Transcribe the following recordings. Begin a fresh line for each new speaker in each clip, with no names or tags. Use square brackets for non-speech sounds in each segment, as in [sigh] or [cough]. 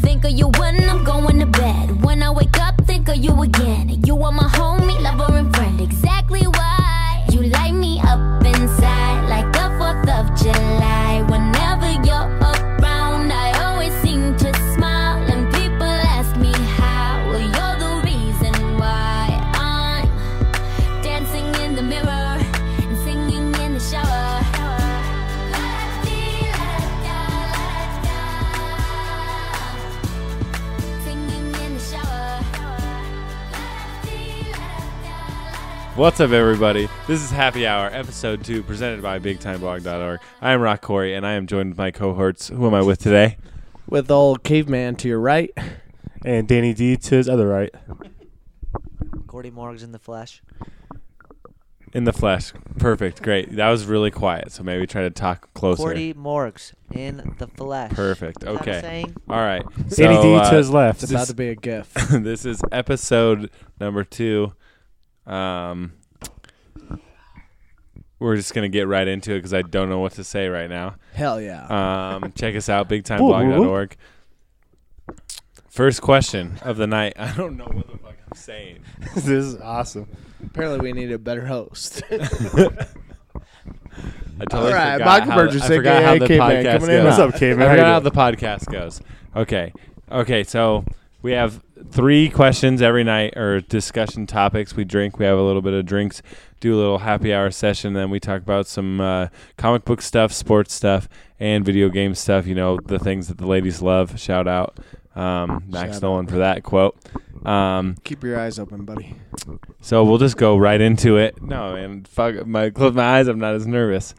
Think of you when I'm going to bed. When I wake up, think of you again. You are my homie, lover, and friend. Exactly why you light me up inside like the 4th of July. Whenever you're around, I always seem to smile. And people ask me how. Well, you're the reason why I'm dancing in the mirror and singing in the shower. Singing in the shower.
What's up, everybody? This is Happy Hour, episode two, presented by BigTimeBlog.org. I am Rock Corey, and I am joined with my cohorts. Who am I with today?
with old caveman to your right.
and Danny D to his other right.
Gordy Morgs in the flesh.
In the flesh. Perfect. Great. That was really quiet, so maybe try to talk closer.
Gordy Morgs in the flesh.
Perfect.
Is that what I'm
Okay.
saying?
All right.
Danny D
uh,
to his left.
It's about to be a gif.
[laughs] this is episode number two. Um, we're just gonna get right into it because I don't know what to say right now.
Hell yeah.
[laughs] Um, check us out,
Whoop, whoop, whoop.
bigtimeblog.org. First question of the night. [laughs] I don't know what the fuck I'm saying.
this is awesome.
Apparently, we need a
[laughs]
better host. [laughs]
I totally
All right,
forgot
Michael
how the-
Burgess,
I forgot
aka
how the
Caveman,
podcast
coming in
goes.
hot.
What's up, Caveman?
I
How you
forgot how the
doing?
podcast goes. Okay, okay. So we have three questions every night, or discussion topics. We drink. We have a little bit of drinks. Do a little happy hour session. Then we talk about some uh, comic book stuff, sports stuff, and video game stuff. You know the things that the ladies love. Shout out um, Max
Shout out.
Nolan for that quote. Um,
Keep your eyes open, buddy.
so we'll just go right into it. No, man, fuck my close my eyes. I'm not as [laughs] nervous.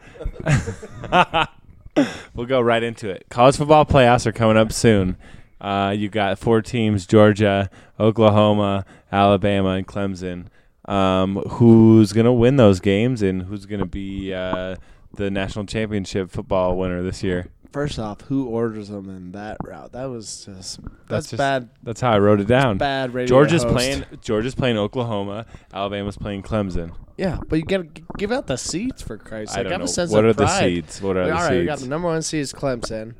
we'll go right into it. College football playoffs are coming up soon. Uh, you got four teams: Georgia, Oklahoma, Alabama, and Clemson. Um, who's gonna win those games, and who's gonna be uh, the national championship football winner this year?
First off, who orders them in that route? That was just that's,
just,
bad.
That's how I wrote it down.
Bad radio.
Georgia's
host.
playing. Georgia's playing Oklahoma. Alabama's playing Clemson.
Yeah, but you gotta g- give out the seeds for Christ's
I
sake.
don't
Have
know.
a sense
What
of
are the
pride.
seeds? What are
All
the
right, we got
seeds?
the number one seed is Clemson,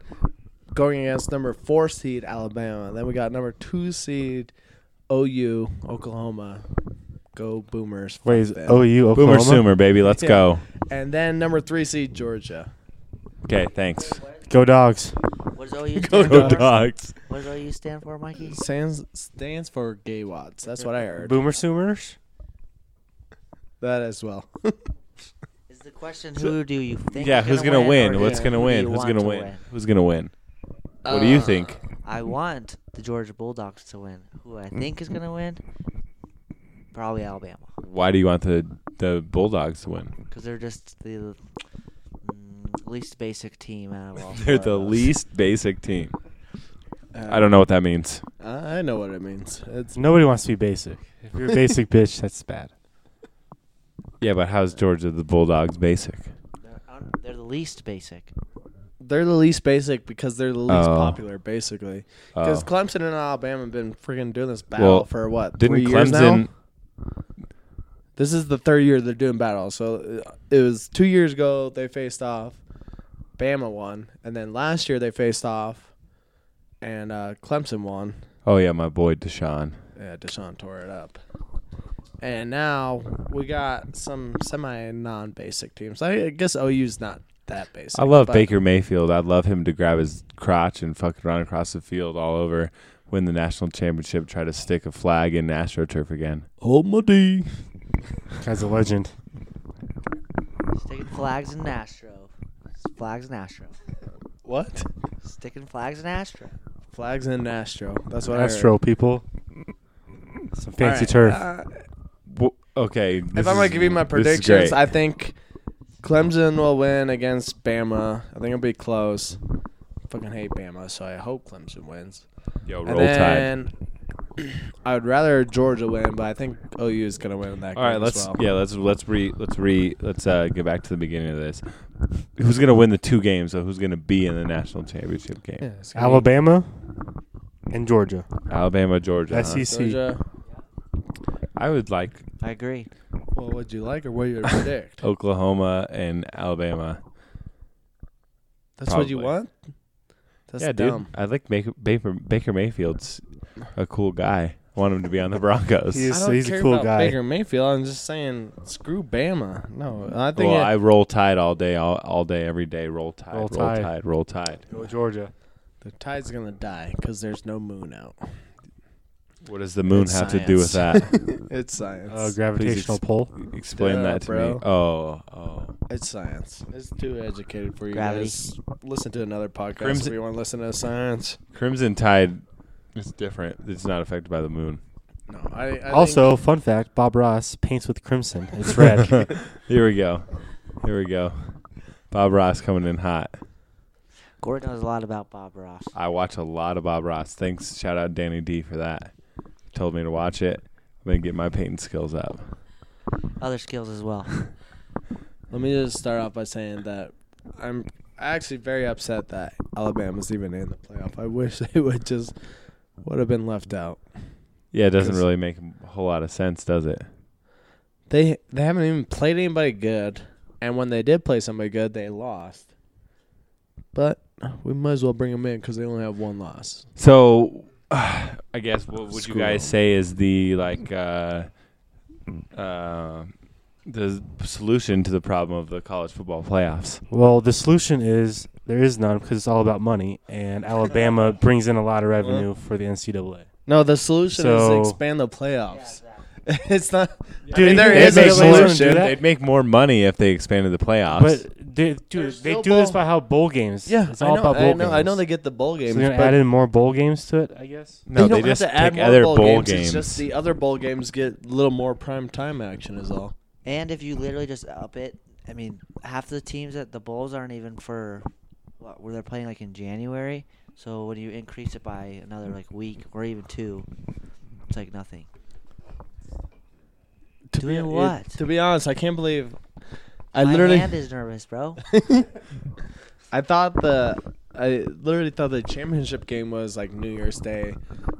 going against number four seed Alabama. Then we got number two seed OU Oklahoma. Go Boomers!
Wait, is
Fuck them.
OU Oklahoma?
Boomer Sumer, baby. Let's
Yeah.
go.
And then number three seed Georgia.
Okay, thanks.
Go dogs.
What
[laughs]
does OU
Go
Go
stand
Go
for?
dogs.
dogs.
What does OU stand for, Mikey?
Stands stands for gay wads. That's what I heard.
Boomer Sumers.
That as well. [laughs] Uh,
Is the question who do you think?
Yeah,
is
who's gonna win?
or
What's
who
gonna
do
win?
you
Who's
want
gonna
to
win? Who's gonna win? What do you think?
I want the Georgia Bulldogs to win. Who I think is gonna win? Probably Alabama,
Why do you want the the Bulldogs to win?
because they're just the mm, least basic team
[laughs]
out of all. four
They're
of
the
those.
least basic team. I don't know what that means.
I know what it means. It's
Nobody wants to be basic. If you're a [laughs] basic bitch, that's bad.
Yeah, but how's Georgia the Bulldogs basic?
They're, un- they're the least basic.
they're the least basic because they're the least
Oh.
popular, basically. Because
Oh.
Clemson and Alabama have been freaking doing this battle
Well,
for what
Didn't
three years
Clemson?
now. This is the third year they're doing battle. So uh, it was two years ago they faced off, Bama won, and then last year they faced off, and uh, Clemson won.
Oh yeah, my boy Deshaun.
Yeah, uh, Deshaun tore it up. And now we got some semi non basic teams. I guess OU's not that basic.
I love
but
Baker Mayfield. I'd love him to grab his crotch and fucking run across the field all over, win the national championship, try to stick a flag in AstroTurf again.
Hold my D.
Guy's a legend.
Sticking flags in Astro. Flags in Astro.
What?
Sticking flags in Astro.
Flags in Astro. That's what
Astro people. Some fancy turf.
Uh,
W- okay.
if I'm going to give you my predictions, I think Clemson will win against Bama. I think it'll be close. Fucking hate Bama, so I hope Clemson wins.
Yo,
and then [clears throat] I would rather Georgia win, but I think OU is going to win that
All
game
right,
as
let's
well.
yeah, let's let's re let's re let's uh, get back to the beginning of this. Who's gonna win the two games? So who's gonna be in the national championship game?
Yeah, it's gonna be
Alabama and Georgia. E
Alabama, Georgia. huh?
SEC.
Uh-huh. Georgia.
I would like
I agree.
Well, would you like or what you [laughs] predict?
Oklahoma and Alabama.
That's what you
probably.
want. That's
yeah,
dumb.
dude. I like Baker, Baker, Baker Mayfield's a cool guy. I want him to be on the Broncos. [laughs]
He is-
I
So
don't
he's a
care
cool
about
guy.
Baker Mayfield. I'm just saying, screw Bama. No, I think
well,
it-
I roll tide all day, all, all day, every day. Roll tide, roll
Roll
tide,
Tide.
roll tide.
Go Georgia.
the tide's gonna die because there's no moon out.
What does the moon
It's
have to do with that? [laughs]
It's science.
Uh, gravitational pull.
Explain
Duh,
that to me.
bro.
Oh, oh.
it's science. It's too educated for you
Gravity.
guys. Listen to another podcast
Crimson-
if you want to listen to science.
Crimson tide is different. It's not affected by the moon.
No, I, I think-
Also, fun fact: Bob Ross paints with crimson. It's
[laughs]
red.
Here we go. Here we go. Bob Ross coming in hot.
Gordon knows a lot about Bob Ross.
I watch a lot of Bob Ross. Thanks. Shout out Danny D for that. Told me to watch it. I'm gonna get my painting skills up.
Other skills as
[laughs]
well.
let me just start off by saying that I'm actually very upset that Alabama's even in the playoff. I wish [laughs] they would just would have been left out.
Yeah, it doesn't
Yes.
really make a whole lot of sense, does it?
They they haven't even played anybody good, and when they did play somebody good, they lost. But we might as well bring them in because they only have one loss.
So, [sighs] I guess what would you
Screw
guys
them.
say is the like uh, uh, the solution to the problem of the college football playoffs?
well, the solution is there is none because it's all about money, and Alabama brings in a lot of revenue for the NCAA.
No, the solution
So-
is expand the playoffs. [laughs] it's not.
Dude, you
there
think
is a
NCAA is gonna do
solution.
that?
They'd make more money if they expanded the playoffs.
But they, dude,
There's
they
still
do this
bowl-
by how bowl games.
Yeah,
it's all
I know,
about bowl
I know,
games.
I know they get the bowl
So
games.
they're gonna
but
add in more bowl games to it, I guess.
no,
don't
they just
have to add
pick
more
other
bowl, games. It's just
games.
the other bowl games get a little more prime time action is all.
And if you literally just up it, I mean, half the teams at the bowls aren't even for what, where they're playing like in January. So when you increase it by another like week or even two, it's like nothing.
To
Doing what?
to be honest, I can't believe. I
My
literally.
hand is nervous,
[laughs]
bro.
I thought the I literally thought the championship game was like New Year's Day,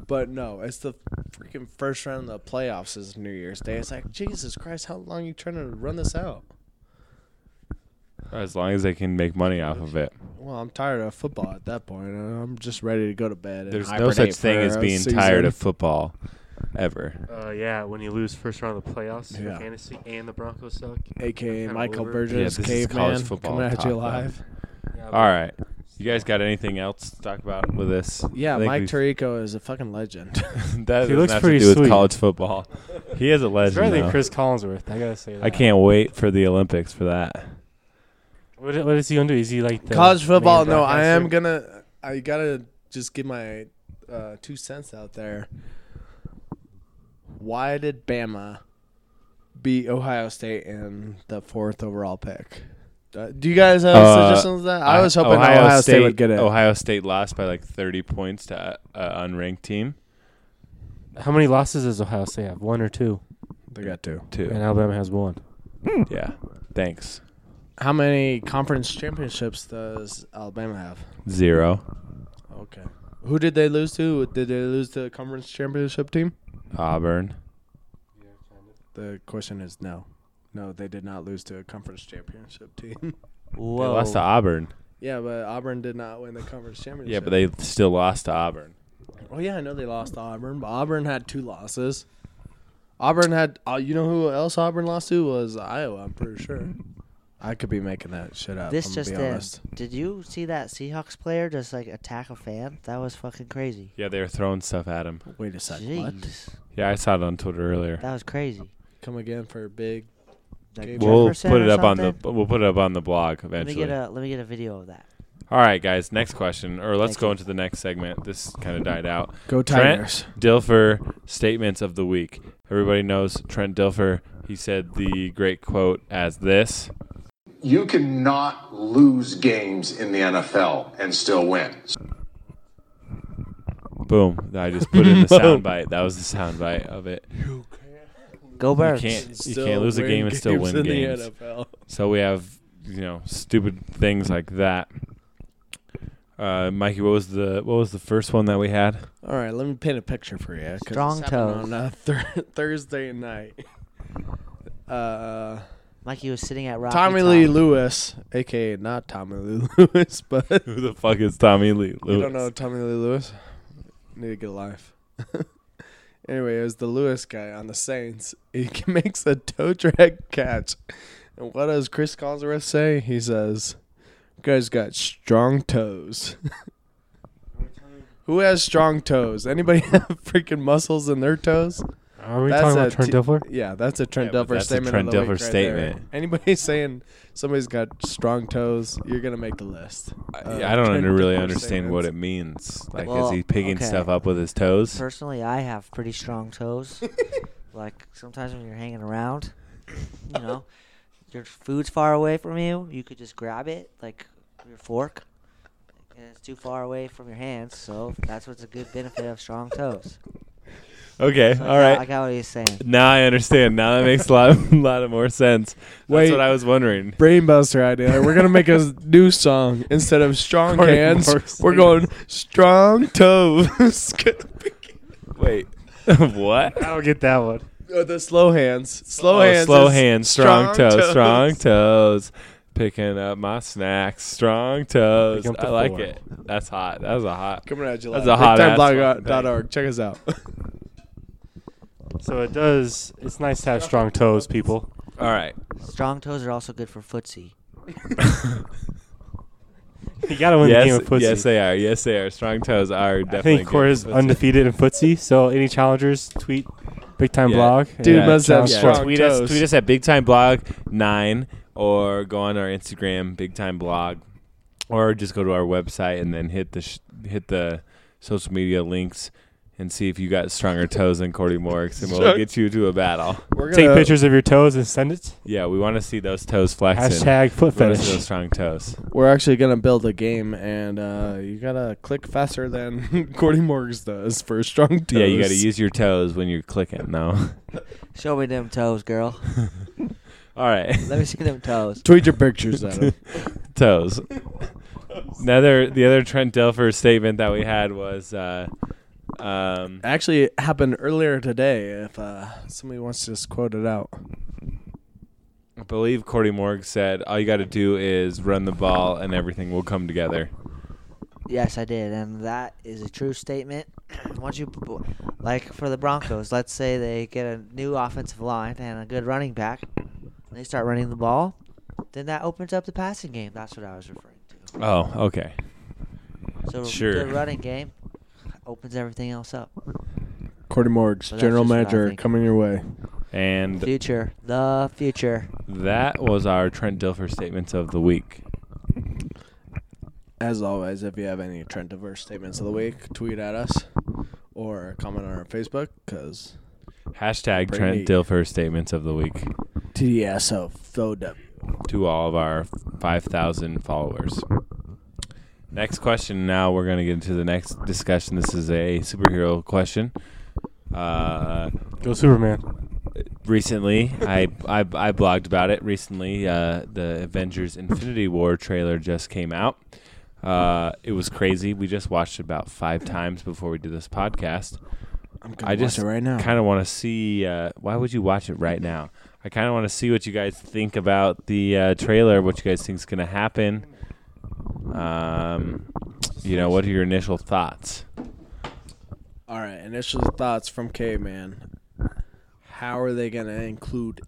but no, it's the freaking first round of the playoffs is New Year's Day. It's like Jesus Christ, how long you trying to run this out?
As long as they can make money off of it.
Well, I'm tired of football at that point. and I'm just ready to go to bed. and
There's no
hibernate
such thing
for
as
a
being
season.
tired of football ever.
Uh, yeah, when you lose first round of the playoffs,
Yeah.
fantasy and the Broncos suck.
AKA
Kinda
Michael
over.
Burgess,
Yeah, this is college
caveman,
football
coming at
talk,
you
though.
live.
Yeah,
All right. You guys got anything else to talk about with this?
Yeah,
I think
Mike
we've-
Tirico is a fucking
[laughs]
legend.
that
He
doesn't
looks
have
pretty
to do with
sweet.
college
[laughs]
football. He is a
It's
legend.
better than
though.
Chris Collinsworth. I gotta say that.
I can't wait for the Olympics for that.
What, what is he gonna do? Is he like the
College football,
main
no, I am
broadcaster?
gonna. I gotta just give my uh, two cents out there. Why did Bama beat Ohio State in the fourth overall pick? Uh, do you guys have
Uh,
suggestions on that? I was hoping Ohio, State, would get it.
Ohio State lost by like 30 points to an uh, unranked team.
How many losses does Ohio State have? One or two?
They got two.
And
Two.
Alabama has one.
Yeah. Thanks.
How many conference championships does Alabama have?
Zero.
Okay. Who did they lose to? Did they lose to the conference championship team?
Auburn.
The question is no. No, they did not lose to a conference championship team. [laughs]
Whoa.
They lost to Auburn.
Yeah, but Auburn did not win the conference championship.
Yeah, but they still lost to Auburn.
Oh yeah, I know they lost to Auburn, but Auburn had two losses. Auburn had. Uh, you know who else Auburn lost to was Iowa. I'm pretty sure. I could be making that shit up.
this
I'm
just
gonna be
in.
honest.
Did you see that Seahawks player just like attack a fan? That was fucking crazy.
Yeah, they were throwing stuff at him.
Wait a sec. What?
Jeez.
Yeah, I saw it on Twitter earlier.
That was crazy.
Come again for a big.
Like
We'll
We'll
Jefferson
put
or
it up on the
something?
we'll put it up on the blog
Let me
eventually.
get a let me get a video of that.
All right, guys. Next question, or let's
Thank
go
you.
into the next segment. This kind of died out.
Go
Trent?
Tigers.
Dilfer statements of the week. Everybody knows Trent Dilfer. He said the great quote as this.
You cannot lose games in the NFL and still win.
Boom. I just put in the soundbite. That was the soundbite of it.
Go
You
Birds.
can't you can't lose a game and still win games. So we have you know stupid things like that. Uh, Mikey, what was the what was the first one that we had?
All right, let me paint a picture for you. 'cause
Strong
uh, [laughs] this happened
toes.
on uh, thur- Thursday night. Uh,
Mikey was sitting at Rocky
Tommy
Top.
Lee Lewis, aka not Tommy Lee [laughs] Lewis, but
[laughs] Who the fuck is Tommy Lee Lewis?
you don't know Tommy Lee Lewis. Need to get a life. [laughs] anyway, it was the Lewis guy on the Saints. He [laughs] makes a toe drag catch, and what does Chris Collinsworth say? He says, "Guys got strong toes." [laughs] Who has strong toes? Anybody [laughs] have freaking muscles in their toes?
Are we
That's
talking about
a
Trent
t-
Dilfer?
Yeah, that's a Trent
Yeah, but
Dilfer
that's a
statement.
Trent
of the week
Dilfer
right there.
statement.
Anybody [laughs] saying somebody's got strong toes, you're gonna make the list. Uh,
I don't
Trent
under, really
Dilfer
understand what it
statements.
means. Like,
Well,
is he picking
okay.
stuff up with his toes?
Personally, I have pretty
[laughs]
strong toes. like sometimes when you're hanging around, you know, your food's far away from you, you could just grab it like your fork. And it's too far away from your hands, so that's what's a good benefit of strong toes.
Okay,
So
[laughs]
I
all
got-
right.
I got what he's saying.
Now I understand. Now that makes a lot, [laughs] a lot of more sense. That's
Wait.
what I was wondering.
Brainbuster idea. We're gonna make a [laughs] new song instead of strong
Corey
hands.
Morris.
We're going strong toes. [laughs] Gonna be-
[laughs] Wait, [laughs] what?
I don't get that one.
Oh, the slow hands. Slow
Oh,
hands.
slow
is
hands, strong, toes, strong toes. Picking up my snacks, strong toes.
Picking up
I
the
like
four.
it. That's hot. That was a hot.
[laughs] Coming at you.
That's
live.
a hot ass
BigTimeBlog
fucking
dot
thing.
org. Check
[laughs]
us out.
So it does. It's nice to have strong toes, people.
All right.
Strong toes are also good for footsie.
[laughs] You gotta win the game
Yes,
of footsie.
yes, they are. Yes, they are. Strong toes are
I
definitely.
think Corey is
good.
undefeated in footsie. So any challengers, tweet big time
Yeah.
blog.
Dude
and
must have
challenge
Yeah,
strong
Corey.
tweet us.
toes.
Tweet us at Big Time Blog Nine, or go on our Instagram, Big Time Blog, or just go to our website and then hit the sh- hit the social media links and see if you got stronger toes than Cordy Morix, and we'll
Strong-
get you to a battle.
We're
Take
gonna-
pictures of your toes and send it.
Yeah, we want to see those toes flexing.
Hashtag foot
We wanna see those
fetish.
strong toes.
We're actually gonna build a game, and uh, you gotta click faster than [laughs] Cordy Morgs does for strong toes.
Yeah, you got to use your toes when you're clicking. No. [laughs]
Show me them toes, girl.
All right,
Let me see them toes.
tweet your pictures at him.
[laughs] toes. Another the other Trent Dilfer statement that we had was. Uh, um,
Actually, it happened earlier today. If uh, somebody wants to just quote it out,
I believe Cordy Morg said, "All you got to do is run the ball, and everything will come together."
Yes, I did, and that is a true statement. [clears throat] Once you, like for the Broncos, let's say they get a new offensive line and a good running back, and they start running the ball, then that opens up the passing game. That's what I was referring to.
Oh, okay.
So
Sure.
the running game opens everything else up.
Cordy Morgs,
Well, that's
general
just what I
manager,
think.
coming your way.
And
Future, the future.
that was our Trent Dilfer statements of the week.
As always, if you have any Trent diverse statements of the week, tweet at us or comment on our Facebook because
Hashtag
Pretty
Trent
neat.
Dilfer statements of the week
TDSO FOW.
to all of our five thousand followers. Next question. Now we're gonna get into the next discussion. This is a superhero question. Uh,
Go Superman.
recently I, I i blogged about it recently uh the avengers infinity war trailer just came out uh it was crazy we just watched it about five times before we did this podcast
I'm gonna
i
watch
just
it right now.
kind of want to see uh why would you watch it right now i kind of want to see what you guys think about the uh trailer what you guys think's gonna happen um you know what are your initial thoughts
All right, initial thoughts from Caveman. How are they going to include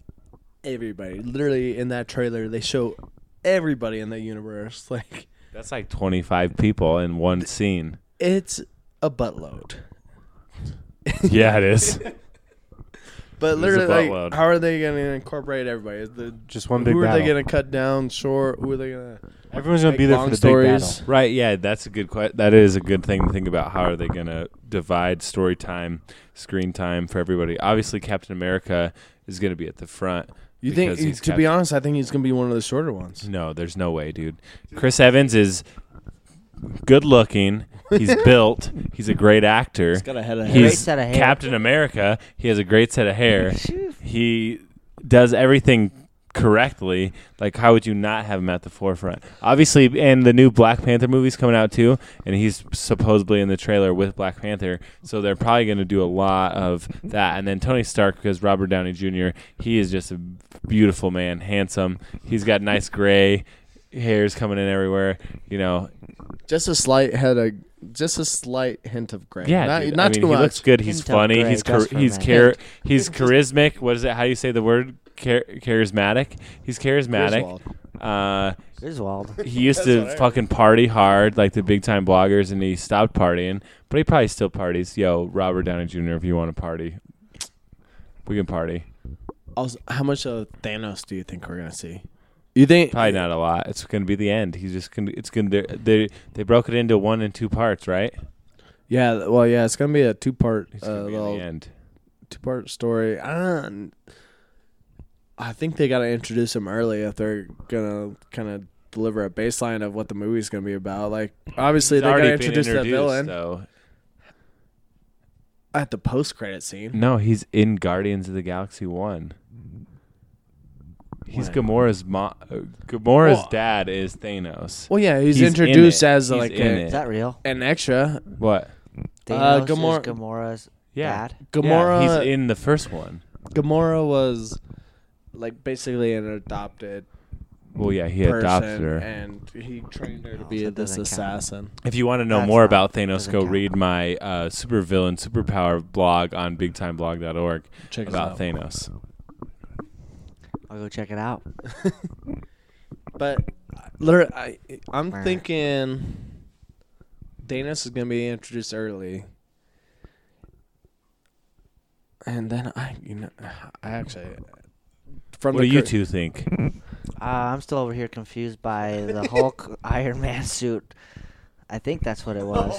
everybody? Literally, in that trailer, they show everybody in the universe. [laughs] Like,
that's like 25 people in one
[laughs]
scene
it's a buttload.
yeah it is
But
a
literally, like,
buttload.
how are they going to incorporate everybody? Is the-
Just one big
who are they
battle.
going to cut down short? Who are they going to
Everyone's gonna be there for the big battle.
[laughs] Right, yeah, that's a good question. That is a good thing to think about. How are they going to divide story time, screen time for everybody? Obviously, Captain America is going to be at the front.
You
because
think?
he's
To be
Cap-
honest, I think he's going to be one of the shorter ones.
No, there's no way, dude. Chris Evans is good looking. He's built. He's a great actor.
He's got a head of hair.
Great
He's
set of hair. [laughs]
Captain America. He has a great set of hair. he does everything correctly, like how would you not have him at the forefront? Obviously, and the new Black Panther movie's coming out too, and he's supposedly in the trailer with Black Panther, so they're probably going to do a lot of that. And then Tony Stark, because Robert Downey Jr., he is just a beautiful man, handsome. He's got nice gray hairs coming in everywhere, you know.
Just a slight had a just a slight hint of gray.
Yeah,
not,
dude,
not
I mean,
too
he
much.
looks good. He's
Hint of
funny.
gray,
he's char-
just for a
he's
minute.
char- he's charismatic. What is it? How do you say the word? Char- charismatic. He's charismatic.
Griswold.
Uh,
Griswold.
he used to fucking party hard like the big time bloggers, and he stopped partying. But he probably still parties. Yo, Robert Downey Jr. If you want to party, we can party.
Also, how much of Thanos do you think we're gonna see? You think
Probably not a lot. It's gonna be the end. He's just gonna. It's gonna. They they- they broke it into one and two parts, right?
Yeah, well, yeah, it's gonna be a two part,
It's
uh,
gonna be in the
little
end.
two part story. Ah, n- I think they gotta introduce him early if they're gonna kind of deliver a baseline of what the movie's gonna be about. Like, obviously,
He's
they
already
gotta
been
introduce the
introduced,
villain
though.
at the post credit scene.
No, he's in Guardians of the Galaxy One. He's
When?
Gamora's mom. Gamora's
Well-
dad is Thanos.
Well, yeah, he's,
He's in
introduced
it.
as
He's
like
in
a,
it.
Is that real?
an extra.
What?
Uh,
Thanos is
Gamora-
Gamora's
Yeah.
dad.
Gamora,
Yeah, he's in the first one.
Gamora was like basically an adopted
Well, yeah, he
person,
adopted her.
and he trained her to
Oh,
be
so it
this
doesn't count.
assassin.
If you want to know
That's
more
not-
about Thanos,
doesn't
go
count.
read my uh, supervillain superpower blog on bigtimeblog.org
Check us
about
out.
Thanos.
I'll go check it out.
But literally, I, I'm thinking Thanos is gonna be introduced early, and then I, you know, I actually from
What do
the
you
cur-
two
[laughs]
think?
Uh, I'm still over here confused by the Hulk [laughs] Iron Man suit. I think that's what it was.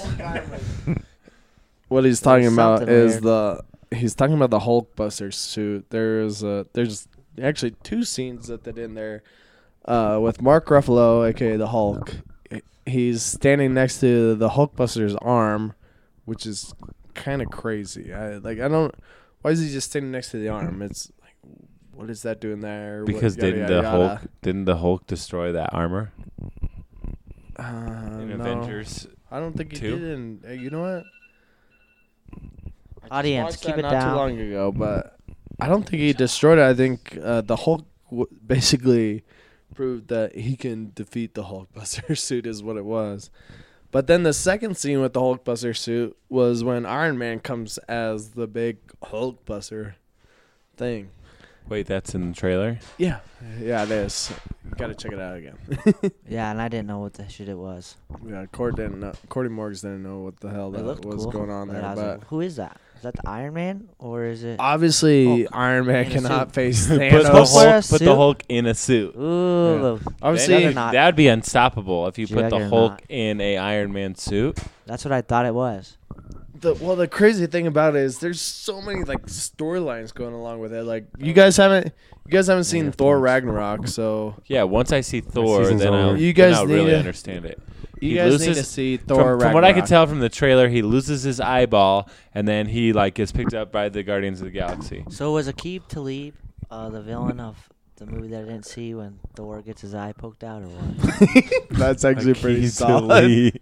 [laughs]
What he's talking
There's
about
something
is
weird.
the he's talking about the Hulkbuster suit. There's a there's actually two scenes that that in there uh, with Mark Ruffalo, aka the Hulk. He's standing next to the Hulkbuster's arm, which is kind of crazy. I like I don't why is he just standing next to the arm? It's like what is that doing there? What-
Because
yada,
didn't
yada,
the
yada.
Hulk didn't the Hulk destroy that armor
Uh,
in
no.
Avengers?
I don't think he
two?
did. In, uh, you know what?
Audience,
watched
keep
that
it
not
down.
too long ago, but I don't think he destroyed it. I think uh, the Hulk w- basically proved that he can defeat the Hulkbuster [laughs] suit is what it was. But then the second scene with the Hulkbuster suit was when Iron Man comes as the big Hulkbuster thing.
Wait, that's in the trailer.
Yeah, yeah, it is. Got to check it out again. [laughs]
Yeah, and I didn't know what the shit it was.
yeah, Court didn't know. Cordy Morgs didn't know what the hell
it
that was
looked cool,
going on there,
I was
but. Ah,
like, who is that? Is that the Iron Man or is it?
Obviously,
Hulk
Iron Man
in a suit. [laughs]
cannot face
Put the
Thanos.
Hulk- wear a
Hulk, put the
suit?
Hulk in a suit.
Ooh,
Obviously,
Then
Juggernaut.
that would be unstoppable if you put the
Juggernaut.
Hulk in a Iron Man suit.
that's what I thought it was.
The, well, the crazy thing about it is there's so many like storylines going along with it. Like you guys haven't, you guys haven't seen Oh. Thor Ragnarok, so
Yeah, once I see Thor,
season's
then I'll,
over.
you
You
guys
guys
I'll
need
really
to-
understand it.
you
He
guys need to
loses-
see Thor.
From,
Ragnarok.
from what I could tell from the trailer, he loses his eyeball, and then he like gets picked up by the Guardians of the Galaxy.
So was Akib Talib uh, the villain of the movie that I didn't see when Thor gets his eye poked out or
[laughs]
what?
that's actually pretty
Achilles [laughs]
solid.
Lee.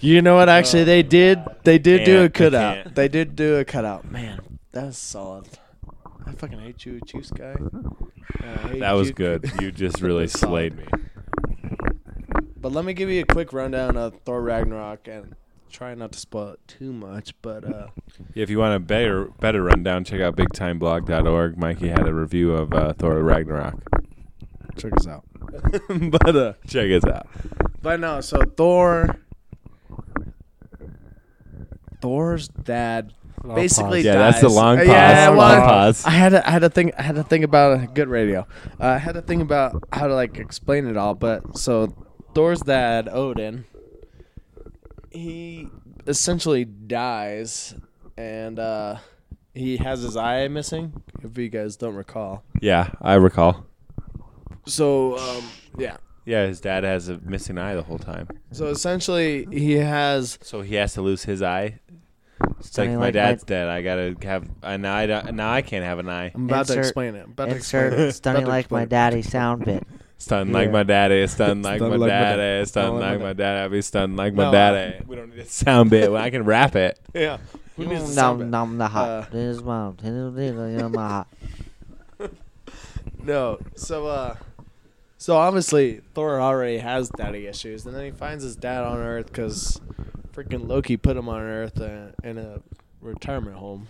You know what? Actually, they did, they did do
Can't,
a
I
cutout.
can't.
They did do a cutout. Man, that was solid. I fucking hate you, Chiefs guy. Uh, I hate
That was
you.
good. You just really
Solid.
slayed me.
But let me give you a quick rundown of Thor Ragnarok and try not to spoil it too much. But uh,
If you want a better better rundown, check out bigtimeblog.org. Mikey had a review of uh, Thor Ragnarok.
check us out. [laughs] but uh,
Check it out.
But no, so Thor. Thor's dad
Long
basically
pause.
Yeah, that's the
dies.
long
Uh,
pause.
Yeah,
Long
well,
pause.
I had to, I had to think I had to think about good radio. Uh, I had to think about how to like explain it all. But so Thor's dad Odin, he essentially dies, and uh, he has his eye missing. If you guys don't recall,
Yeah, I recall.
so um, yeah,
Yeah, his dad has a missing eye the whole time,
so essentially he has
so he has to lose his eye It's like
Sunny
my
Lake
dad's
Lights-
dead. I gotta have an eye. to- Now I can't have an eye.
I'm about to
Insert-
explain it. I'm about to explain it. [laughs]
Insert stunning
About to
like my
explain it.
daddy sound bit.
Stunned like
Yeah.
my
[laughs]
daddy. Stunned like
Stunned
my
like my da-
daddy. Stunned
stunned like
like
my
my daddy. I be stunned like
No,
my
I-
daddy.
[laughs]
We don't need [laughs] a sound bit. I can rap it.
Yeah. [laughs] Who needs to sound
Mm, Nom nom
bad?
the
Uh,
hot. This mom. This is my
[laughs]
hot.
No. So uh so obviously Thor already has daddy issues and then he finds his dad on Earth cuz freaking Loki put him on Earth uh, in a retirement home.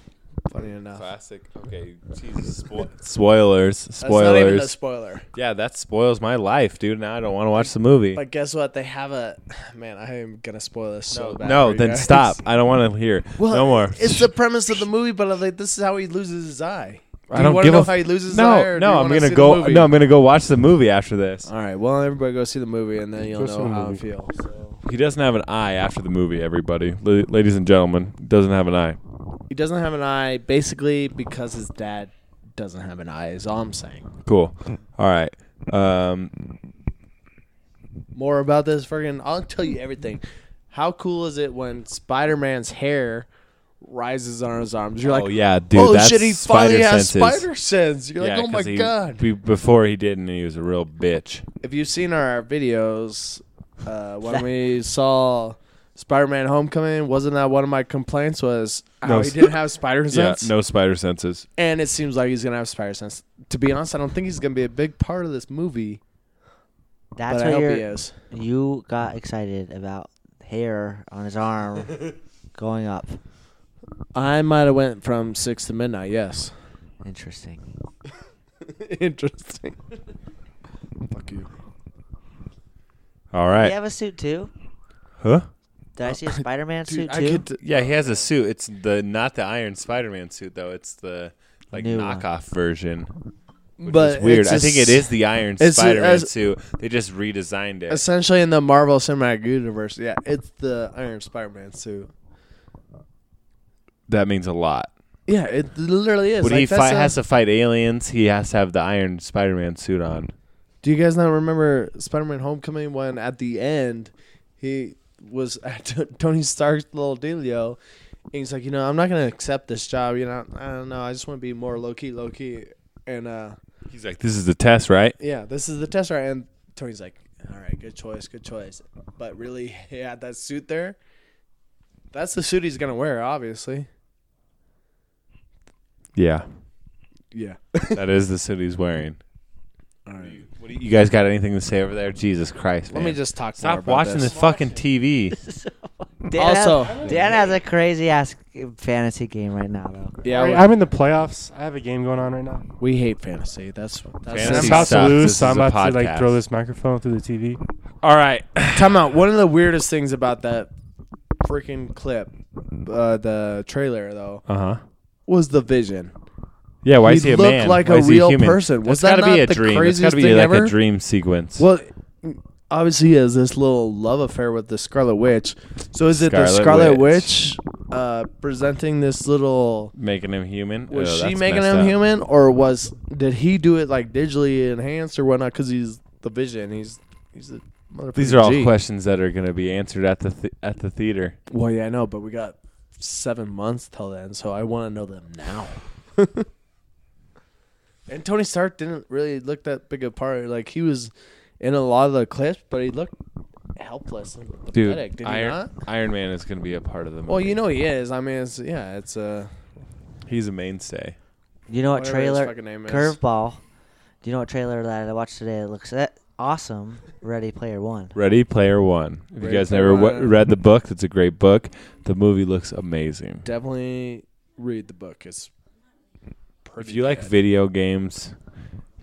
Funny enough.
Classic. Okay. Jesus. Spoilers.
That's not even a
Spoilers.
spoiler.
Yeah, that spoils my life, dude. Now I don't want to watch the movie.
But guess what? They have a man. I am gonna spoil this so bad. for
no,
you
then
guys.
stop. I don't want to hear.
Well,
no more.
[laughs] It's the premise of the movie, but I'm like, this is how he loses his eye. Do
I
you
don't
wanna
give
know
a
how he loses his
no,
eye. or do
no.
you
I'm
wanna
gonna
see the
go.
movie?
No, I'm gonna go watch the movie after this.
All right. Well, everybody go see the movie, and then you'll
Go see
know
the
how it
movie.
feels. So.
He doesn't have an eye after the movie. Everybody, L- ladies and gentlemen, doesn't have an eye.
He doesn't have an eye, basically because his dad doesn't have an eye. Is all I'm saying.
Cool. All right. Um,
More about this friggin' I'll tell you everything. How cool is it when Spider-Man's hair rises on his arms? You're
oh
like,
yeah, dude.
oh
that's
shit, he
spider
finally has
senses.
spider sense. You're
yeah,
like, oh my
'cause he-
god.
be- before he didn't, he was a real bitch.
if you've seen our videos, uh,
[laughs]
when we saw Spider-Man: Homecoming, wasn't that one of my complaints? Was how
No.
he didn't have spider
[laughs] Yeah,
sense?
no spider senses.
And it seems like he's gonna have spider sense. To be honest, I don't think he's gonna be a big part of this movie,
That's
but I
what
hope he
you're.
is.
You got excited about hair on his
[laughs]
arm going up.
I might have went from six to
[laughs]
midnight. Yes.
Interesting.
Interesting. Fuck you.
All
Do
right.
you have a suit too?
huh?
Did I see a
[laughs]
Spider-Man
Uh, Dude,
suit
I
too?
could.
Yeah, he has a suit. It's the not the Iron Spider-Man suit though. It's the like
New one.
knockoff version.
But
It's weird.
it's
I think
just-
it is the Iron
it's-
Spider-Man
as-
suit. They just redesigned it.
[laughs] essentially in the Marvel Cinematic Universe. Yeah, it's the Iron Spider-Man suit.
that means a lot.
Yeah, it literally is.
When
Like,
he
that's
fight,
a-
has to fight aliens, he has to have the Iron Spider-Man suit on.
Do you guys not remember Spider-Man: Homecoming when at the end he was [laughs] at T- Tony Stark's little dealio, and he's like, you know, I'm not gonna accept this job. You know, I don't know. I just want to be more low key, low key. And uh,
He's like, "This is the test, right?"
yeah, this is the test right. And Tony's like, all right, good choice, good choice. But really, he had that suit there. That's the suit he's gonna wear, obviously.
Yeah,
Yeah.
[laughs] that is the suit he's wearing.
All right.
What do you, you guys got anything to say over there? Jesus Christ,
Let
man. [laughs]
me just talk. more
stop
about
watching
this.
the fucking TV. [laughs]
Dan has-
Also-
Dan has a crazy ass fantasy game right now though.
Yeah,
I,
we-
I'm in the playoffs. I have a game going on right now.
we hate fantasy. That's that's
And I'm
Fantasy
about to
sucks.
lose,
This
so
is
I'm
a
about to like
podcast.
throw this microphone through the TV.
All right,
Time out. One of the weirdest things about that freaking clip, uh, the trailer though,
uh huh.
was the vision.
Yeah, why
He
is he a
looked
man?
like
Why
a
is he
real
human?
person. Was
That's
that
gotta be
not
a
the
dream. That's
craziest
gotta be
thing
like
ever?
a dream sequence.
Well, obviously, he has this little love affair with the Scarlet Witch. So is it the
Scarlet
Scarlet Witch,
Witch.
uh, presenting this little?
making him human.
Was
Oh,
she
that's
making
messed
him
up.
human, or was did he do it like digitally enhanced or whatnot? Because he's the Vision. He's he's the motherfucking
These are all
G.
questions that are going to be answered at the th- at the theater.
Well, yeah, I know, but we got seven months till then, so I want to know them now. [laughs] and Tony Stark didn't really look that big a part. Like he was in a lot of the clips, but he looked helpless and
Dude,
pathetic. Did he not?
Iron, Iron Man is going to be a part of the movie.
Well, you know he is. I mean, it's yeah, it's uh,
he's a mainstay.
You know what
Whatever his
trailer?
fucking name is.
Curveball. Do you know what trailer that I watched today that looks that awesome? Ready Player One.
Ready Player One. If
Ready
you guys
Player
never w-
One.
read the book, that's a great book. The movie looks amazing.
definitely read the book. It's
If you like video games,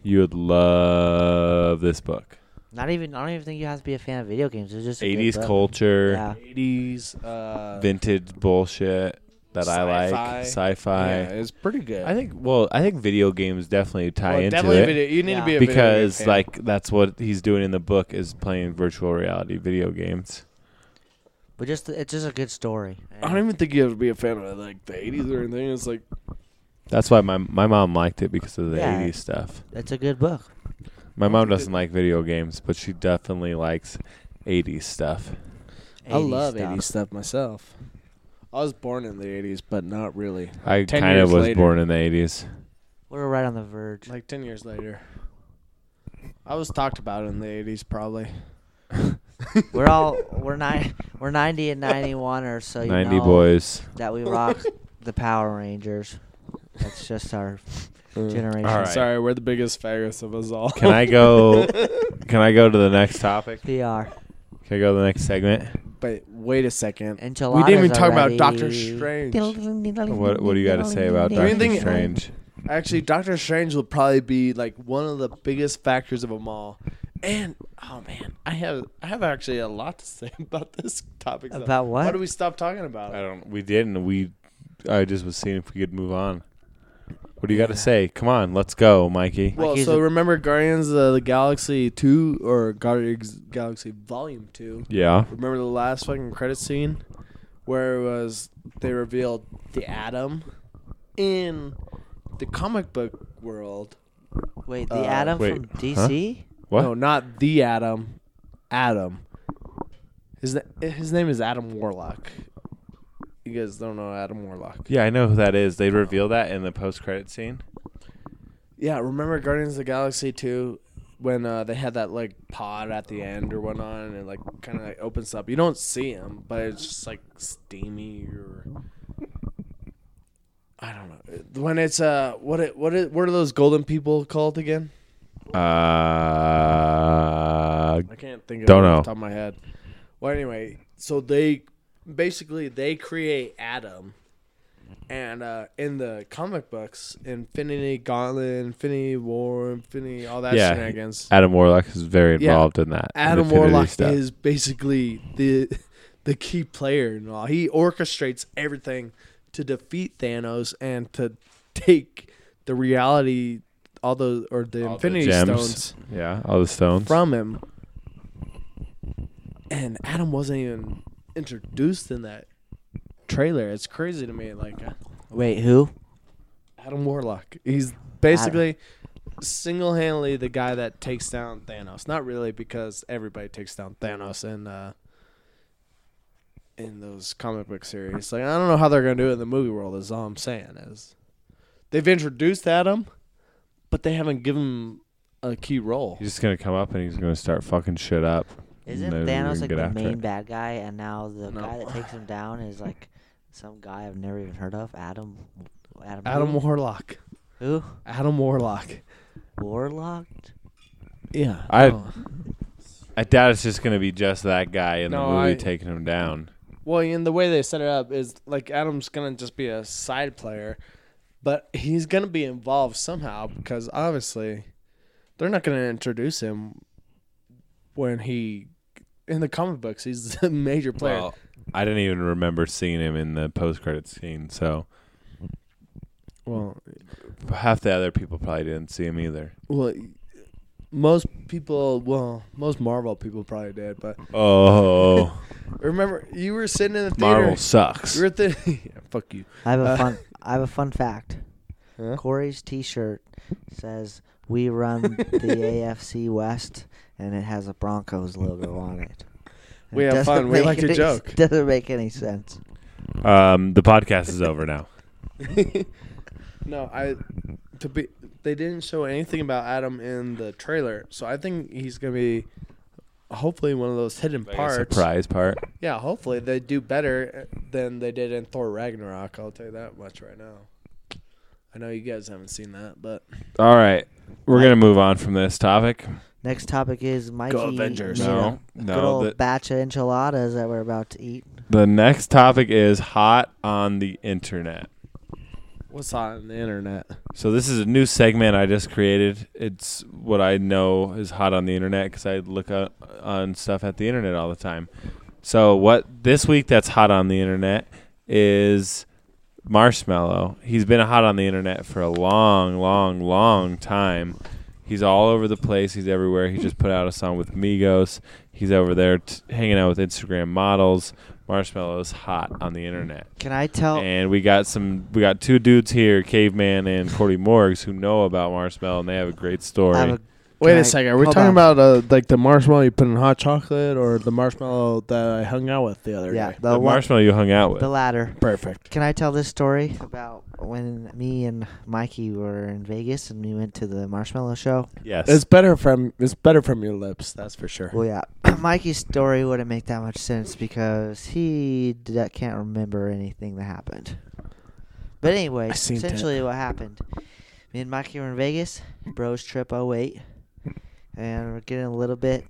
you would love this book.
Not even. I don't even think you have to be a fan of video games. It's just a good
80s
book.
culture,
Yeah.
80s uh,
vintage bullshit that I
Sci-fi.
like, sci-fi.
Yeah, it's pretty good.
I think well, I think video games definitely tie
Well,
into
definitely
it.
Video, you need to
Yeah.
be a video game
because
fan.
like that's what he's doing in the book is playing virtual reality video games.
But just it's just a good story.
I don't even think you have to be a fan of like the 80s or anything. It's like
That's why my my mom liked it because of the
Yeah.
80s stuff.
It's a good book.
My mom doesn't like video games, but she definitely likes 80s stuff.
I love
80s
80s stuff myself. I was born in the '80s, but not really.
I
10
kind of
years
was
later.
born in the 80s.
We're right on the verge.
Like ten years later, I was talked about in the '80s, probably.
We're all we're nine [laughs] we're ninety and ninety one or so. You
90
know
boys.
that we rock the Power Rangers. That's just our generation.
All right.
Sorry, we're the biggest faggots of us all.
Can I go Can I go to the next topic?
They are.
Can I go to the next segment?
But wait a second.
Enchiladas
we didn't even talk
already.
about Doctor Strange.
What What do you got to say about
mean,
Doctor
think-
Strange?
Actually, Doctor Strange will probably be like one of the biggest factors of them all. And oh man, I have I have actually a lot to say [laughs] about this topic. though.
About what?
Why do we stop talking about
I
it?
don't. We didn't. We. I just was seeing if we could move on. What do you got to say? Come on, let's go, Mikey.
Well,
he's
so
a-
remember Guardians of the Galaxy two or Guardians of the Galaxy Volume two.
Yeah.
Remember the last fucking credit scene where it was they revealed the Atom in the comic book world.
Wait, the
Uh,
Adam
wait,
from DC.
What?
No, not the Adam. Adam. His na- his name is Adam Warlock. You guys don't know Adam Warlock.
Yeah, I know who that is. They reveal that in the post-credit scene.
Yeah, remember Guardians of the Galaxy 2 when uh, they had that like pod at the end or whatnot and it like kind of like opens up. You don't see him, but it's just like steamy or I don't know. When it's uh what it what it what are those golden people called again?
Uh,
I can't think of
Don't
it
know.
off the top of my head. Well, anyway, so they basically they create Adam, and uh, in the comic books, Infinity Gauntlet, Infinity War, Infinity all that
Yeah.
shenanigans.
Adam Warlock is very
Yeah.
involved in that.
Adam
Infinity
Warlock
stuff.
is basically the the key player and all. He orchestrates everything to defeat Thanos and to take the reality, all the or the
All the
Infinity
gems.
Stones
Yeah, all the stones.
from him. And Adam wasn't even introduced in that trailer. It's crazy to me. Like uh,
Wait, who?
Adam Warlock, he's basically single-handedly the guy that takes down Thanos. Not really, because everybody takes down Thanos in uh, in those comic book series. Like I don't know how they're gonna do it in the movie world. Is all I'm saying is they've introduced Adam, but they haven't given him a key role.
He's just gonna come up and he's gonna start fucking shit up.
Isn't
And then we're gonna
Thanos like
get
the
after
main
it.
bad guy, and now the
No.
guy that takes him down is like some guy I've never even heard of, Adam. Adam.
Adam
who?
Warlock.
Who?
Adam Warlock.
Warlock.
Yeah.
I-
no.
I doubt it's just gonna be just that guy in
No,
the movie
I-
taking him down.
Well, and the way they set it up is like Adam's gonna just be a side player, but he's gonna be involved somehow because obviously they're not gonna introduce him when he in the comic books he's [laughs] a major player.
Well, I didn't even remember seeing him in the post-credit scene, so
Well,
half the other people probably didn't see him either.
well, most people, well, most Marvel people probably did, but [laughs]
Oh,
remember you were sitting in the theater.
Marvel sucks.
You were th- [laughs] yeah, fuck you.
I have a [laughs]
Uh,
fun. I have a fun fact.
Huh?
Corey's T-shirt says "We run the [laughs] AFC West" and it has a Broncos logo on it.
[laughs] We
It
have
doesn't
fun. We
make
like to
any-
joke.
Doesn't make any sense.
Um, the podcast is over
[laughs]
now.
no, I to be they didn't show anything about Adam in the trailer, so I think he's gonna be hopefully one of those hidden parts.
Surprise part.
Yeah, hopefully they do better uh, than they did in Thor Ragnarok. I'll tell you that much right now. I know you guys haven't seen that, but
All right, we're gonna move on from this topic.
Next topic is Mikey.
Avengers.
made a
No,
good
no.
old
The,
batch of enchiladas that we're about to eat.
the next topic is hot on the internet.
what's on the internet?
So this is a new segment I just created. It's what I know is hot on the internet because I look up on stuff at the internet all the time. So what this week that's hot on the internet is Marshmallow. He's been hot on the internet for a long, long, long time. He's all over the place. He's everywhere. He just put out a song with Migos. He's over there t- hanging out with Instagram models. Marshmallow's hot on the internet.
Can I tell?
And we got some, we got two dudes here, Caveman and Cordy Morgs, who know about Marshmallow, and they have a great story.
I have a
Wait
Can I
a second. Are we
call
talking
back?
about uh, like the marshmallow you put in hot chocolate or the marshmallow that I hung out with the other
yeah
day?
the,
the
one-
marshmallow you hung out with.
the latter.
Perfect.
Can I tell this story about when me and Mikey were in Vegas and we went to the marshmallow show?
yes.
It's better from it's better from your lips, that's for sure.
Well, yeah, Mikey's story wouldn't make that much sense because he d- that can't remember anything that happened. But anyway,
I seen that.
essentially what happened, me and Mikey were in Vegas, Bros Trip 08, and we're getting a little bit,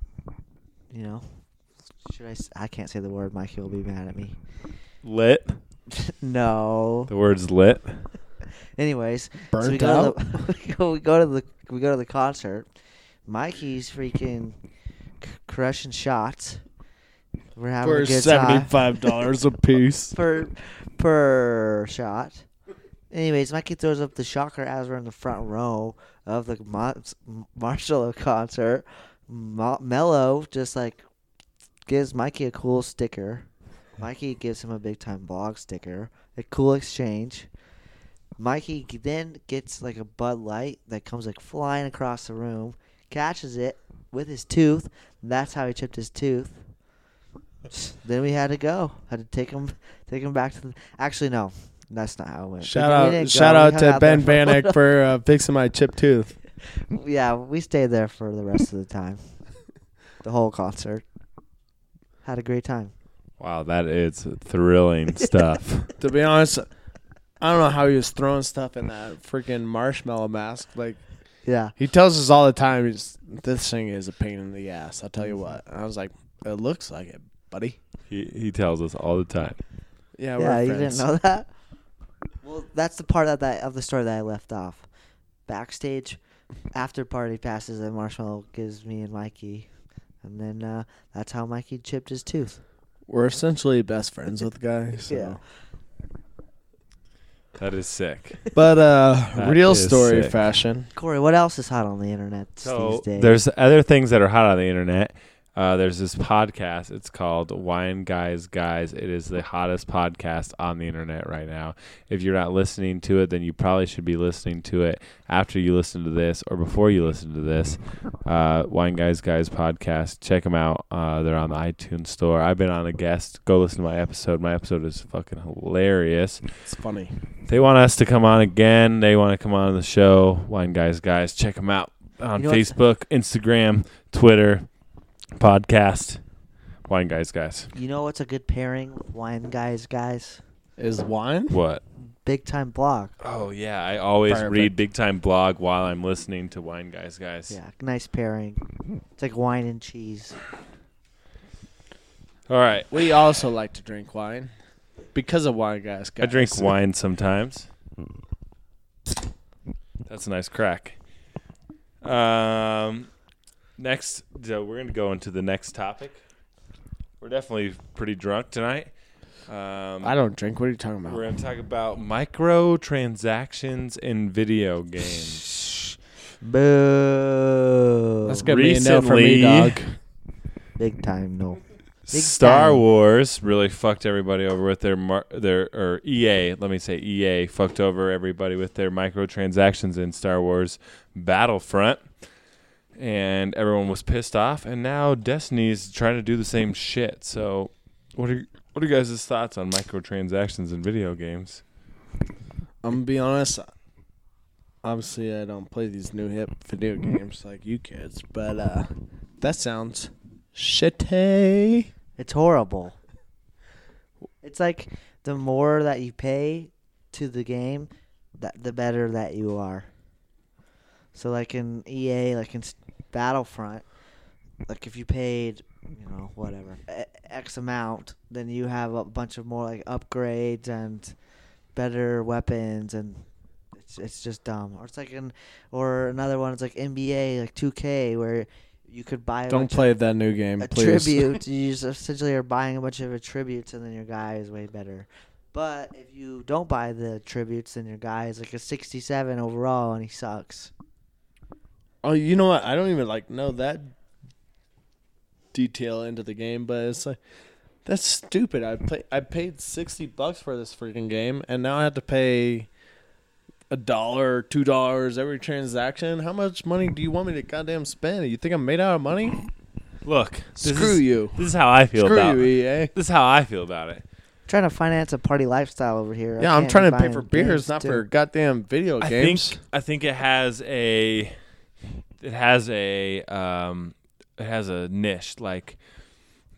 you know, should I? s- I can't say the word. Mikey will be mad at me. [laughs]
lit.
no.
The word's lit.
Anyways, so we
Burnt
go
out?
To the, [laughs] we, go, we go to the we go to the concert. Mikey's freaking c- crushing shots. We're having a
For
good
seventy
time [laughs]
five dollars a piece.
per per shot. Anyways, Mikey throws up the shocker as we're in the front row of the Mo- Marshmallow concert. Mo- Mello just like gives Mikey a cool sticker. Mikey gives him a big time blog sticker. A cool exchange. Mikey g- then gets like a Bud Light that comes like flying across the room, catches it with his tooth. That's how he chipped his tooth. Then we had to go. Had to take him, take him back to. The, actually, no, that's not how it went. We-
Shout
we
out
didn't go.
shout
We
out
hung
to
there
Ben
for a
Vanek
[laughs] little-
for uh, fixing my chipped tooth.
[laughs] yeah, we stayed there for the rest of the
[laughs]
time. The whole concert. Had a great time.
Wow, that is thrilling
[laughs]
stuff.
To be honest, I don't know how he was throwing stuff in that freaking marshmallow mask. Like
Yeah.
he tells us all the time, he's, this thing is a pain in the ass. I'll tell you
Mm-hmm.
what. And I was like, it looks like it, buddy.
He he tells us all the time.
yeah,
Yeah, we're
you
friends.
didn't know that. Well, that's the part of that of the story that I left off. Backstage, after party passes, and Marshmallow gives me and Mikey, and then uh, that's how Mikey chipped his tooth.
We're essentially best friends with guys. So.
Yeah.
That is sick.
[laughs] But uh,
[laughs] That
real
is
story
sick.
fashion.
Corey, what else is hot on the internet these
So
days?
there's other things that are hot on the internet. Uh, there's this podcast. It's called Wine Guys Guys. It is the hottest podcast on the internet right now. If you're not listening to it, then you probably should be listening to it after you listen to this or before you listen to this. Uh, Wine Guys Guys podcast. Check them out. Uh, they're on the iTunes store. I've been on a guest. Go listen to my episode. My episode is fucking hilarious.
It's funny.
They want us to come on again. They want to come on the show. Wine guys, guys, check them out on
You know what's-
Facebook, Instagram, Twitter, podcast. Wine guys, guys.
you know what's a good pairing? Wine guys, guys,
Is wine?
What?
big time blog.
Oh yeah, I always
Perfect.
read Big Time Blog while I'm listening to Wine Guys, guys.
Yeah, nice pairing. It's like wine and cheese.
All right,
We also like to drink wine because of wine guys.
I
guys.
drink wine sometimes. That's a nice crack. Um, next, so we're gonna go into the next topic. We're definitely pretty drunk tonight. Um,
I don't drink. What are you talking
We're
about?
going to talk about microtransactions in video games.
Boo.
That's gonna be a no for me,
Recently-
dog.
Big time, no. Big
Star
time.
Wars really fucked everybody over with their mar- their or EA, let me say EA fucked over everybody with their microtransactions in Star Wars Battlefront. And everyone was pissed off and now Destiny's trying to do the same shit. So what are what are you guys' thoughts on microtransactions in video games?
I'm gonna be honest. Obviously, I don't play these new hip video games like you kids, but uh, that sounds shitty.
It's horrible. It's like the more that you pay to the game, that the better that you are. So like in EA, like in s- Battlefront, like if you paid, you know, whatever e- X amount, then you have a bunch of more like upgrades and better weapons and. It's, it's just dumb. Or it's like an, or another one. It's like NBA, like 2K, where you could buy. a
Don't
bunch of-
play that new game,
a
please.
tribute. you just essentially are buying a bunch of attributes, and then your guy is way better. But if you don't buy the attributes, then your guy is like a 67 overall, and he sucks.
Oh, you know what? I don't even like know that detail into the game, but it's like that's stupid. I play I paid sixty bucks for this freaking game, and now I have to pay a dollar, or two dollars every transaction. How much money do you want me to goddamn spend? You think I'm made out of money?
Look, this
Screw
is-
you.
This is how I feel
Screw
about
you, E
it.
EA.
This is how I feel about it.
trying to finance a party lifestyle over here. I
Yeah, I'm
can't
trying to
be
pay
buying
for beers,
games,
not
too.
for goddamn video
I
games.
think I think it has a it has a um it has a niche like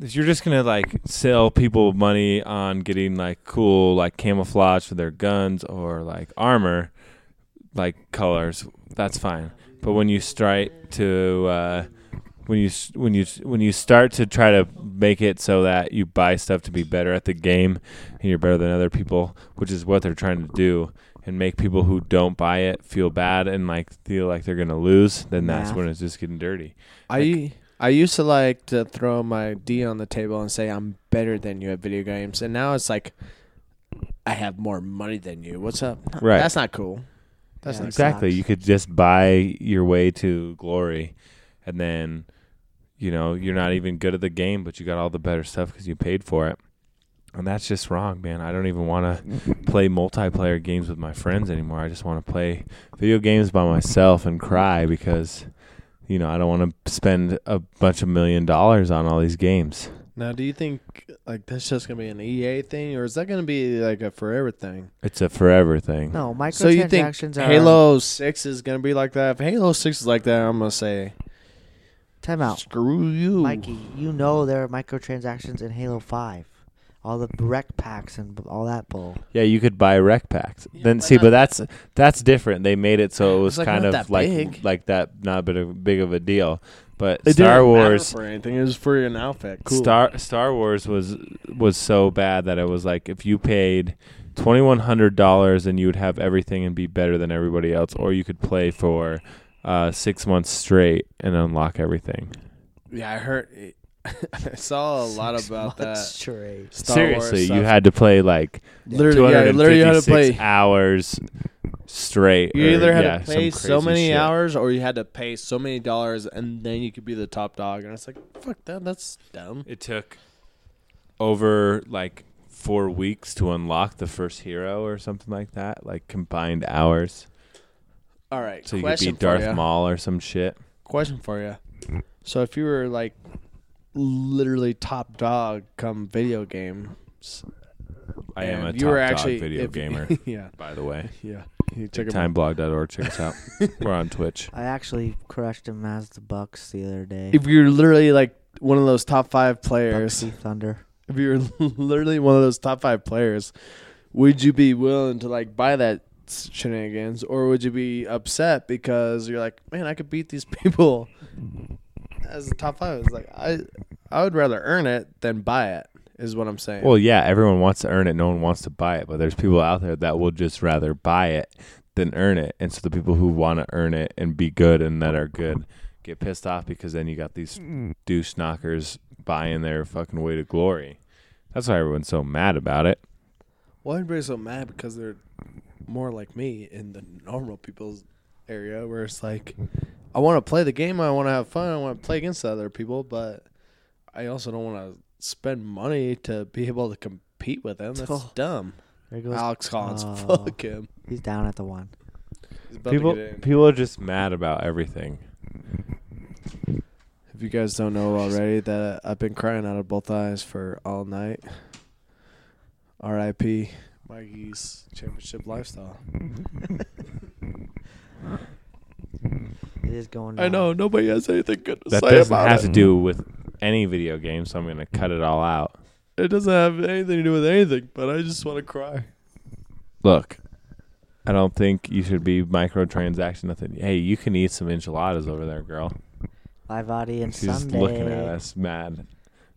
if you're just gonna like sell people money on getting like cool like camouflage for their guns or like armor like colors that's fine but when you start to uh when you s- when you s- when you start to try to make it so that you buy stuff to be better at the game and you're better than other people, which is what they're trying to do, and make people who don't buy it feel bad and like feel like they're gonna lose, then that's
Nah.
when it's just getting dirty.
I I used to like to throw my D on the table and say I'm better than you at video games, and now it's like I have more money than you. What's up?
Right.
That's not cool. That's
Yeah.
not.
exactly.
sucks.
You could just buy your way to glory, and then you know you're not even good at the game, but you got all the better stuff because you paid for it. And that's just wrong, man. I don't even want to play multiplayer games with my friends anymore. I just want to play video games by myself and cry because, you know, I don't want to spend a bunch of million dollars on all these games.
Now, do you think like that's just gonna be an EA thing, or is that gonna be like a forever thing?
It's a forever thing.
No, microtransactions
So you think
are
Halo Six is gonna be like that? If Halo Six is like that, I'm gonna say
Time out,
screw you.
Mikey. You know there are microtransactions in Halo Five, all the rec packs and b- all that bull.
Yeah, you could buy rec packs. then
but
see,
not-
but that's that's different. They made it so it was
like
kind
not
of
that
like
big.
like that, not a bit of, big of a deal. But
It didn't
Star
matter
Wars,
for anything. It was for an outfit. Cool.
Star Star Wars was was so bad that it was like if you paid twenty one hundred dollars and you would have everything and be better than everybody else, or you could play for uh, six months straight and unlock everything.
Yeah, I heard. [laughs] I saw a lot about that.
Straight.
Star Wars
Seriously, you
stuff.
had to play like two
literally, yeah,
hundred
literally you had
fifty
to
six
play.
hours straight.
You
or-
either had
yeah,
to
some
play so
crazy
many
shit.
hours, or you had to pay so many dollars, and then you could be the top dog. And it's like, fuck that. That's dumb.
It took over like four weeks to unlock the first hero or something like that, like combined hours.
All right.
So you could
question
beat Darth
for ya.
Maul Mm. or some shit.
Question for you. So if you were like literally top dog come video games,
I am a
and
top dog video
if- [laughs]
gamer,
yeah,
by the way.
yeah. You took a-
Timeblog.org, check us
[laughs]
out. We're on Twitch.
I actually crushed him as the Bucks the other day.
If you're literally like one of those top five
Bucks
players,
v Thunder.
if you're [laughs] literally one of those top five players, would you be willing to like buy that s- shenanigans, or would you be upset because you're like, man, I could beat these [laughs] people as the top five? It's like I, I would rather earn it than buy it. Is what I'm saying.
Well, yeah, everyone wants to earn it. No one wants to buy it, but there's people out there that will just rather buy it than earn it. And so the people who want to earn it and be good and that are good get pissed off because then you got these
Mm.
douche knockers buying their fucking way to glory. That's why everyone's so mad about it.
Why everybody's so mad? Because they're more like me in the normal people's area, where it's like, I want to play the game, I want to have fun, I want to play against other people, but I also don't want to spend money to be able to compete with them. That's
Oh.
dumb.
There goes.
Alex Collins,
Oh.
fuck him.
He's down at the one.
He's about to
People,
get in.
people are just mad about everything.
If you guys don't know already, that I've been crying out of both eyes for all night. R.I.P. Mikey's championship lifestyle.
It is going.
I
down.
know nobody has anything good to
That
say
doesn't
about
have
it.
to do with any video game, so I'm going to cut it all out.
It doesn't have anything to do with anything, but I just want to cry.
Look, I don't think you should be microtransaction nothing. Hey, you can eat some enchiladas over there, girl.
Live audience
She's
Sunday.
looking at us mad.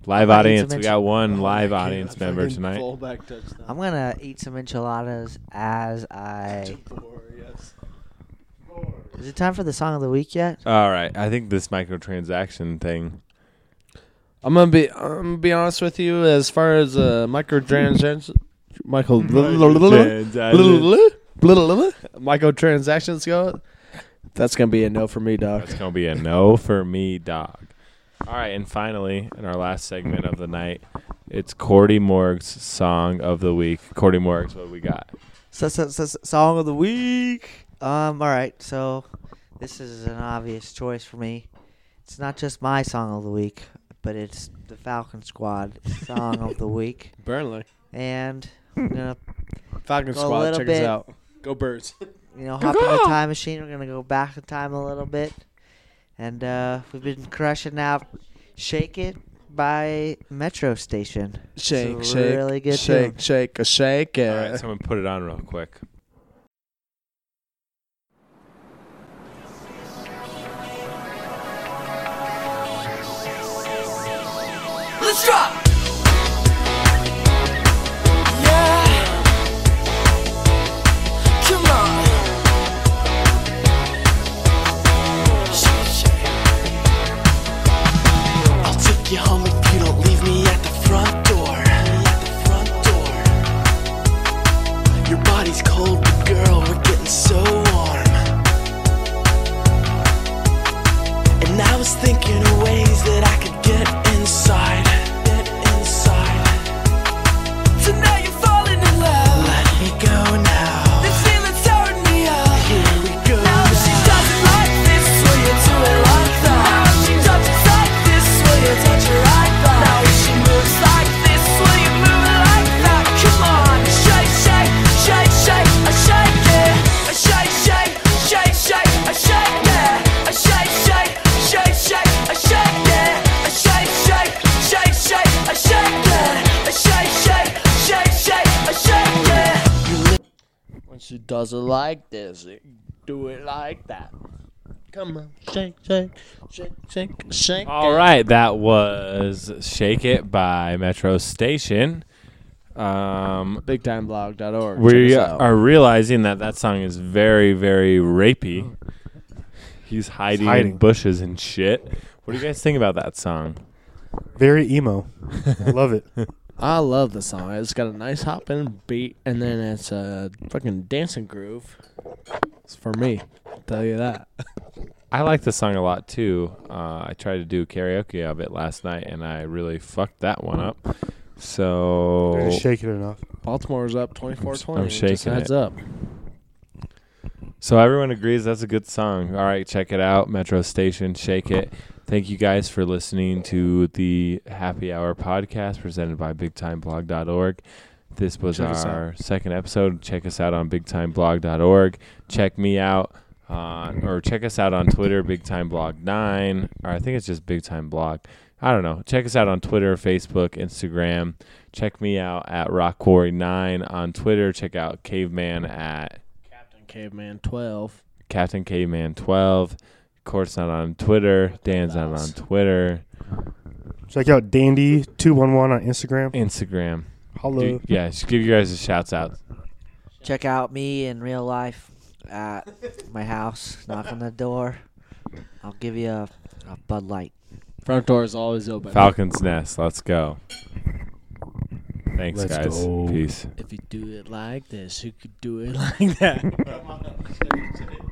Live
I need to
audience. We
mention-
got one live audience member tonight.
I'm gonna eat some enchiladas as I. Is it time for the song of the week yet?
All right. I think this microtransaction thing.
I'm gonna be I'm gonna be honest with you as far as uh, microtransactions, Michael [laughs] microtransactions go. That's gonna be a no for me, dog.
That's going to be a no for me, dog. All right. And finally, in our last segment of the night, it's Cordy Morg's song of the week. Cordy Morg's, what we got?
So, so, so, so- song of the week. Um, all right, so this is an obvious choice for me. It's not just my song of the week, but it's the Falcon Squad song of [laughs] the week,
Burnley.
and I'm gonna,
Falcon
Go a
Squad,
little
check us
bit.
out. Go birds.
you know, hop in the time machine. We're gonna go back in time a little bit, and uh, we've been crushing out "Shake It" by Metro Station.
Shake,
It's a
shake,
really good
shake,
tune.
shake, a shake it.
All right, someone put it on real quick.
Let's drop. Yeah. Come on. Shake, shake. I'll take you home if you don't leave me at the front door. At the front door. Your body's cold, but girl, we're getting so warm. And I was thinking of ways that I could get inside. Get inside. So now you're falling in love. Let me go now. This feeling's tearing me up. Here we go. Now, she does it like this, will you do it like that? Now she touches like this, will you touch her like that? Now if she moves like this, will you move it like that? Come on, shake, shake, shake, shake, I shake it, I shake, shake, shake, shake, I shake it, I shake, shake, shake, shake, I shake it, I shake, shake, shake, shake, I shake it, I shake, shake, shake, shake, I shake it.
When she does it like this, do it like that. Come on, shake, shake, shake, shake, shake.
All right, that was "Shake It" by Metro Station. Um,
BigTimeBlog.org.
we
Check us out.
are realizing that that song is very, very rapey. He's hiding, in
hiding.
bushes and shit. What do you guys think about that song?
Very [laughs] emo. I love it.
I love the song. It's got a nice hop and beat, and then it's a fucking dancing groove. It's for me. I'll tell you that.
I like the song a lot too. Uh, I tried to do karaoke of it last night, and I really fucked that one up.
They're
So
just shaking it off.
Baltimore's up 24 20.
I'm shaking
Just a heads
it.
up.
So everyone agrees that's a good song. All right, check it out. Metro Station, shake it. Thank you guys for listening to the Happy Hour podcast presented by BigTimeBlog.org. This was
Check us
our second episode. Check us out on BigTimeBlog.org. Check me out on, or check us out on Twitter, BigTimeBlog9, or I think it's just BigTimeBlog. I don't know. Check us out on Twitter, Facebook, Instagram. Check me out at RockQuarry9 on Twitter. Check out Caveman at
Captain Caveman 12.
Captain Caveman 12. Court's not on Twitter. Dan's not on Twitter.
Check out Dandy two one one on Instagram.
Instagram.
Hello.
Do, yeah, just give you guys a shouts out.
Check out me in real life at my house. Knock on the door. I'll give you a, a Bud Light.
Front door is always open.
Falcon's Nest. Let's go. Thanks,
Let's
guys.
go.
Peace.
[laughs] If you do it like this, you could do it like that.